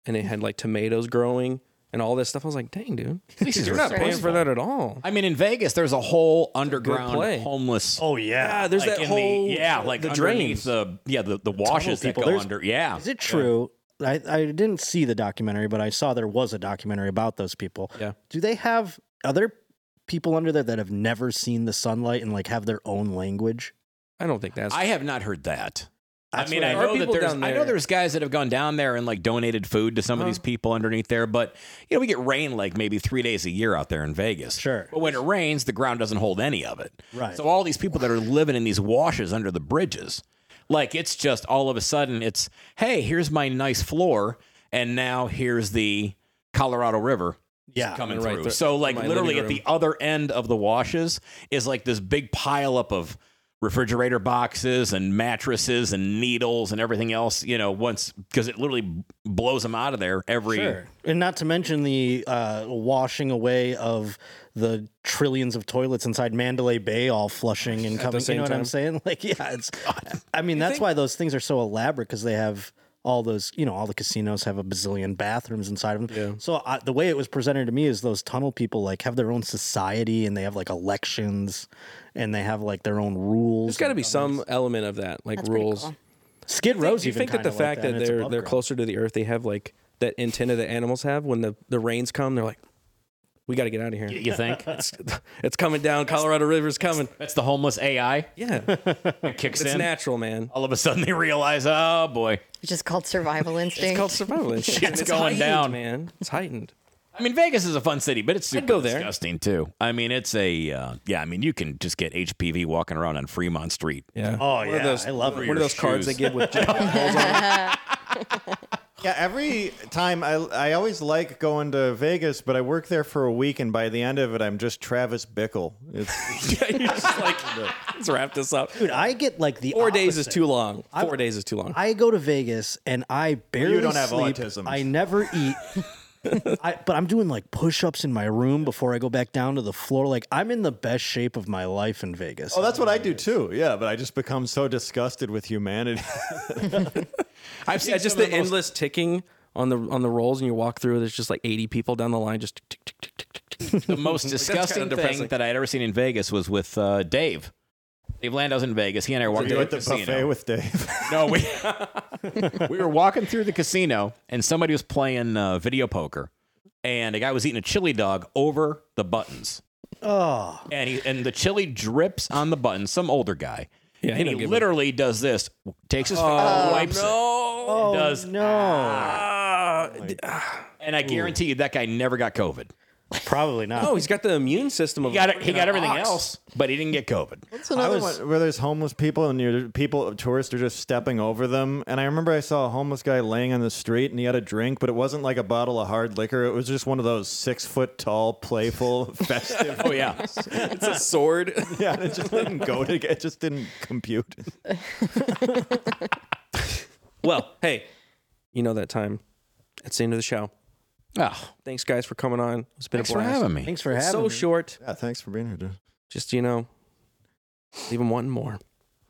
and it had like tomatoes growing and all this stuff. I was like, dang, dude, you're not paying for that at all.
I mean, in Vegas, there's a whole underground
play.
homeless.
Oh yeah,
Yeah, there's
like
that
in
whole-
the, yeah, like
the
underneath
drains.
the yeah the, the
Tunnel
washes that
people.
go
There's-
under. Oh, Yeah,
Is it true? I, I didn't see the documentary, but I saw there was a documentary about those people.
Yeah.
Do they have other people under there that have never seen the sunlight and like have their own language?
I don't think that's.
I have not heard that. I
That's
mean,
what
I
There are
know that
people
there's
down
I know
there.
there's guys that have gone down there and like donated food to some of these people underneath there, but you know we get rain like maybe three days a year out there in Vegas.
Sure.
but when it rains, the ground doesn't hold any of it.
Right.
So all these people that are living in these washes under the bridges, like it's just all of a sudden it's hey here's my nice floor and now here's the Colorado River
Yeah.
coming
Right
through.
through-
So like
my living
literally at
room.
the other end of the washes is like this big pile up of refrigerator boxes and mattresses and needles and everything else, you know, once because it literally b- blows them out of there every
Sure. And not to mention the uh, washing away of the trillions of toilets inside Mandalay Bay all flushing and coming. You
same
know what I'm
time.
saying? Like, yeah, it's. I mean, that's why those things are so elaborate because they have all those. You know, all the casinos have a bazillion bathrooms inside of them.
Yeah.
So I, the way it was presented to me is those tunnel people like have their own society and they have like elections and they have like their own rules.
There's got to be some element of that, like
That's pretty
rules.
cool.
Skid
Do you think-
Row's
do you
even
think that
kinda
the
like
fact
and
that,
it's
they're
above
they're
ground.
closer to the earth, they have like that antenna that animals have when the the rains come. They're like, we got to get out of here.
you think?
It's, it's coming down. Colorado River's coming.
That's the homeless AI
Yeah,
that kicks
it's
in.
natural, man.
All of a sudden they realize, oh boy.
It's just called survival instinct.
It's called survival instinct.
Shit's
and it's
going
heightened,
down.
man. It's heightened.
I mean, Vegas is a fun city, but it's super
I'd go there.
disgusting too. I mean, it's a uh, yeah. I mean, you can just get HPV walking around on Fremont Street.
Yeah.
Oh yeah, I love it.
One of those cards they
shoes.
give with jack-
Yeah, every time I I always like going to Vegas, but I work there for a week, and by the end of it, I'm just Travis Bickle. It's
Yeah, you're just like, let's wrap this up.
Dude, I get like the
Four days is
opposite.
too long. 4 days is too long.
I go to Vegas and I barely
don't have
sleep.
autism.
I never eat. I, but I'm doing like push-ups in my room before I go back down to the floor. Like I'm in the best shape of my life in Vegas.
oh, that's what I do too. Yeah, but I just become so disgusted with humanity.
I've seen
yeah, just
some
the
of most-
endless ticking on the on the rolls, and you walk through. There's just like 80 people down the line, just tick, tick, tick, tick, tick, tick, tick.
the most disgusting
kinda
thing
depressing.
that I had ever seen in Vegas was with uh, Dave. Dave Lando's in Vegas. He and I were walking
You're
through
at
the
the
casino.
buffet with Dave.
no, we we were walking through the casino, and somebody was playing uh, video poker, and a guy was eating a chili dog over the buttons,
Oh,
and he and the chili drips on the buttons. Some older guy,
Yeah, he
and he
don't give a- Oh,
literally does this, takes his finger, wipes it,
oh
and does, ah.
no!
and I guarantee you that guy never got COVID.
Probably not.
Oh, he's got the immune system of
He got he got everything
Ox.
else, but he didn't get COVID.
It's another
was-
one where there's homeless people and you're, people, tourists are just stepping over them. And I remember I saw a homeless guy laying on the street and he had a drink, but it wasn't like a bottle of hard liquor. It was just one of those six foot tall, playful, festive.
Oh yeah.
It's a sword.
yeah, and it just didn't go to. It just didn't compute.
well, hey, you know that time. It's the end of the show.
Oh,
Thanks, guys, for coming on. It's been
thanks
a
for
blast.
having me.
Thanks for having
It's so
me.
short.
Yeah, thanks for being here, dude.
Just you know, leave them wanting more.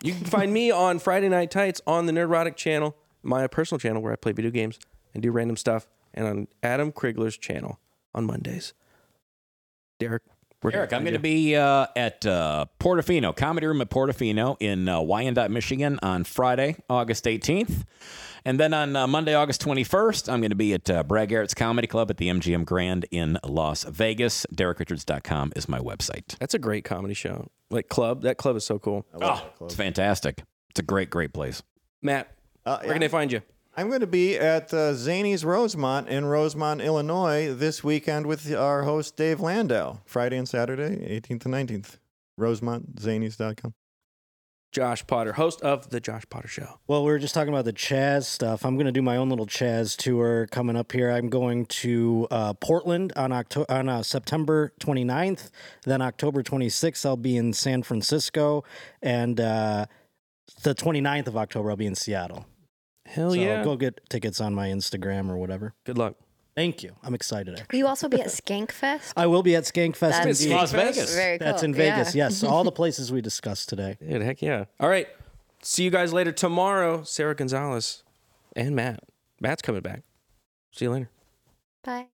You can find me on Friday Night Tights on the Nerdrotic channel, my personal channel where I play video games and do random stuff, and on Adam Krigler's channel on Mondays. Derek, we're
Eric, I'm going to be uh, at uh, Portofino, Comedy Room at Portofino in uh, Wyandotte, Michigan on Friday, August 18th. And then on uh, Monday, August 21st, I'm going to be at uh, Brad Garrett's Comedy Club at the MGM Grand in Las Vegas. DerekRichards.com is my website.
That's a great comedy show. Like club, that club is so cool.
Oh, it's fantastic. It's a great, great place.
Matt,
Uh,
where can they find you?
I'm going to be at uh, Zany's Rosemont in Rosemont, Illinois this weekend with our host Dave Landau, Friday and Saturday, 18th and 19th. RosemontZanies.com.
Josh Potter, host of the Josh Potter Show.
Well, we were just talking about the Chaz stuff. I'm going to do my own little Chaz tour coming up here. I'm going to uh, Portland on October on uh, September 29th. Then October 26th, I'll be in San Francisco, and uh, the 29th of October, I'll be in Seattle.
Hell
so
yeah!
go get tickets on my Instagram or whatever.
Good luck.
Thank you. I'm excited. actually.
Will you also be at Skankfest?
I will be at Skankfest
That's-
indeed.
Las Vegas. Very
That's
cool,
in Vegas.
yeah.
Yes, So all the places we discussed today.
Dude, heck yeah. All right. See you guys later tomorrow. Sarah Gonzalez and Matt. Matt's coming back. See you later.
Bye.